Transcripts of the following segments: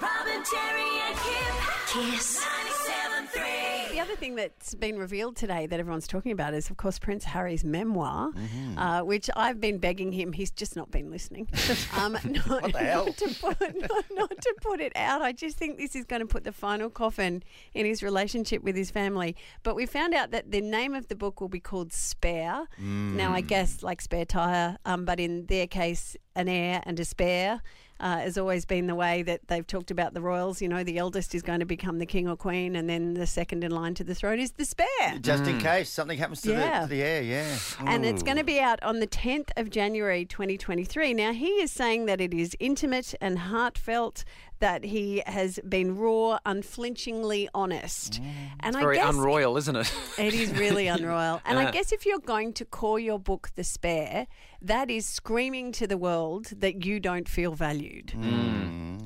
and Terry and Kim. Kiss. 97.3. The other thing that's been revealed today that everyone's talking about is, of course, Prince Harry's memoir, Mm-hmm. uh, which I've been begging him. He's just not been listening. Um, not, the hell? Not to, put, not, not to put it out. I just think this is going to put the final coffin in his relationship with his family. But we found out that the name of the book will be called Spare. Now, Mm. I guess like spare tire, um, but in their case, an heir and a spare uh, has always been the way that they've talked about the royals. You know, the eldest is going to become the king or queen, and then the second in line to the throne is the spare. Just Mm. in case something happens to, Yeah. the, to the air, yeah. And it's going to be out on the 10th of January 2023. Now, he is saying that it is intimate and heartfelt, that he has been raw, unflinchingly honest. And I Very guess unroyal, isn't it? It is really unroyal. And I Yeah. guess if you're going to call your book The Spare, that is screaming to the world that you don't feel valued.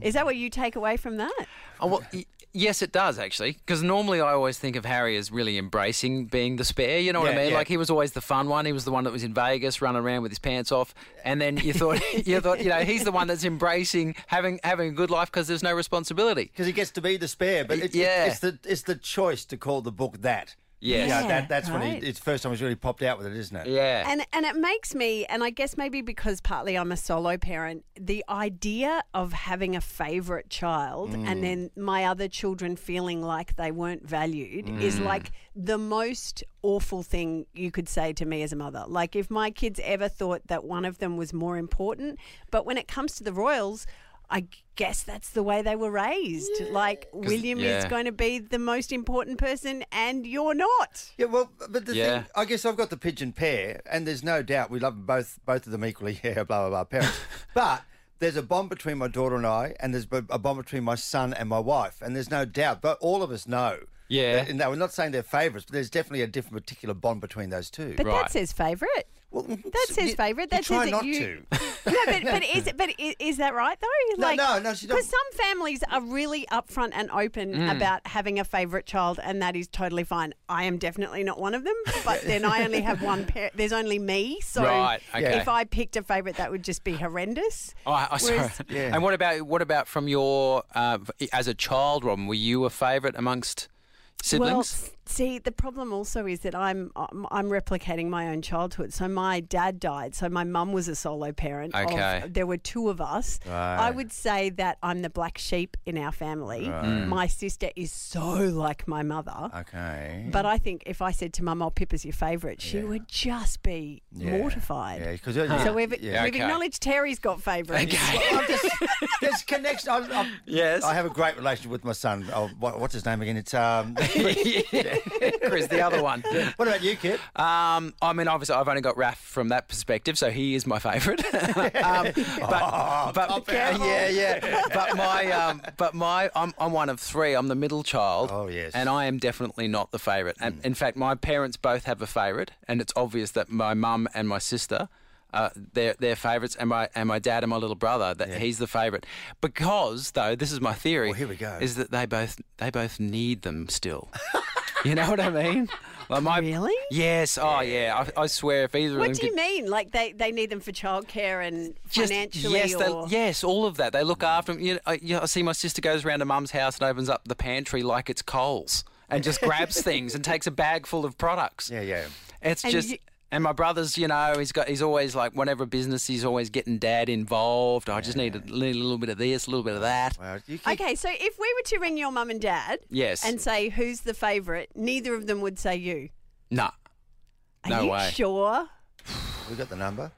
Is that what you take away from that? oh, well, y- yes, it does actually. Because normally I always think of Harry as really embracing being the spare. You know what Yeah, I mean? yeah. Like he was always the fun one. He was the one that was in Vegas running around with his pants off. And then you thought, you thought, you know, he's the one that's embracing having having a good life because there's no responsibility. Because he gets to be the spare, but it, it- Yeah. it's the it's the choice to call the book that. Yes. You know, Yeah, that, that's when right. he, it's the first time he's really popped out with it, isn't it? Yeah. And and it makes me, and I guess maybe because partly I'm a solo parent, the idea of having a favourite child Mm. and then my other children feeling like they weren't valued is Mm. like the most awful thing you could say to me as a mother. Like if my kids ever thought that one of them was more important, but when it comes to the royals. I guess that's the way they were raised. Like William is yeah. going to be the most important person, and you're not. Yeah, well, but the Yeah. thing, I guess I've got the pigeon pair, and there's no doubt we love both both of them equally. Yeah, blah blah blah, parents. but there's a bond between my daughter and I, and there's a bond between my son and my wife, and there's no doubt. But all of us know. Yeah. that- and no, we're not saying they're favourites, but there's definitely a different particular bond between those two. But that Right. says favourite. Well, That says favourite. That try says not that you. to. no, but, but is it- but is, is that right though? No, no, no, she don't- Because some families are really upfront and open Mm. about having a favourite child, and that is totally fine. I am definitely not one of them. But then I only have one pair. There's only me. So Right, okay. if I picked a favourite, that would just be horrendous. Oh, I, I sorry. Whereas- Yeah. And what about what about from your uh, as a child, Robin? Were you a favourite amongst Well, siblings? s- see, the problem also is that I'm I'm I'm replicating my own childhood. So my dad died, so my mum was a solo parent. of- Okay. there were two of us. I would say that I'm the black sheep in our family. My sister is so like my mother. Okay. But I think if I said to Mum, "Oh, Pippa's your favourite," she Yeah. would just be Yeah. mortified. Yeah, because So we've, yeah. we've Okay. acknowledged Terry's got favourites. Well, I'm just, there's connection. I, I, Yes. I have a great relationship with my son. Oh, what, what's his name again? It's um. Chris, the other one. what about you, kid? Um, I mean, obviously, I've only got Raf from that perspective, so he is my favourite. um, but, Oh, but careful. yeah, yeah. But my, um, but my, I'm, I'm one of three. I'm the middle child. Oh, yes. Hmm. And I am definitely not the favourite. And in fact, my parents both have a favourite, and it's obvious that my mum and my sister. Uh, they're, they're favourites, and my and my dad and my little brother. That he's the favourite because though this is my theory. Well, here we go. Is that they both they both need them still. you know what I mean? Like my, Really? Yes. Oh, yeah. I, I swear, if either What of them do you could- mean? Like they, they need them for childcare and financially? yes, they- or... yes, all of that. They look after them. You know, I, you know, I see my sister goes around to mum's house and opens up the pantry like it's Coles and just grabs things and takes a bag full of products. Yeah, yeah. It's And just. you- and my brother's, you know, he's got, he's always like, whatever business, he's always getting dad involved. I just need a li- little bit of this, a little bit of that. Well, you kid. Okay, so if we were to ring your mum and dad Yes. and say who's the favourite, neither of them would say you. No. Are No you way. sure? We got the number.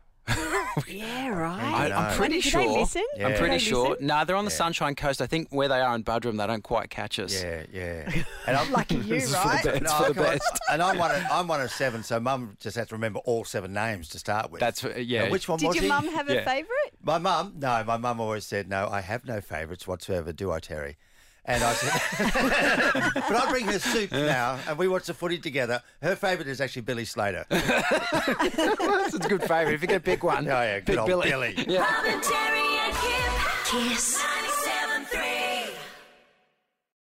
Yeah, right. I, I'm pretty Did sure. they listen? Yeah. I'm Did pretty they sure. listen? No, they're on the Sunshine Coast. I think where they are in Budrum, they don't quite catch us. Yeah, yeah. And I'm Lucky you, This is for the right? best. It's No, for the come on. best. And I'm one. Of, I'm one of seven, so Mum just has to remember all seven names to start with. That's uh, yeah. Now, which one Did was your he? mum have a Yeah. favourite? My mum, no, my mum always said, no, I have no favourites whatsoever, do I, Terry? And I said, but I bring her soup now, and we watch the footy together. Her favourite is actually Billy Slater. oh, That's a good favourite. If you could pick one. yeah, good pick old Billy. Billy. Yeah. Robin, Terry and Kim. Kiss.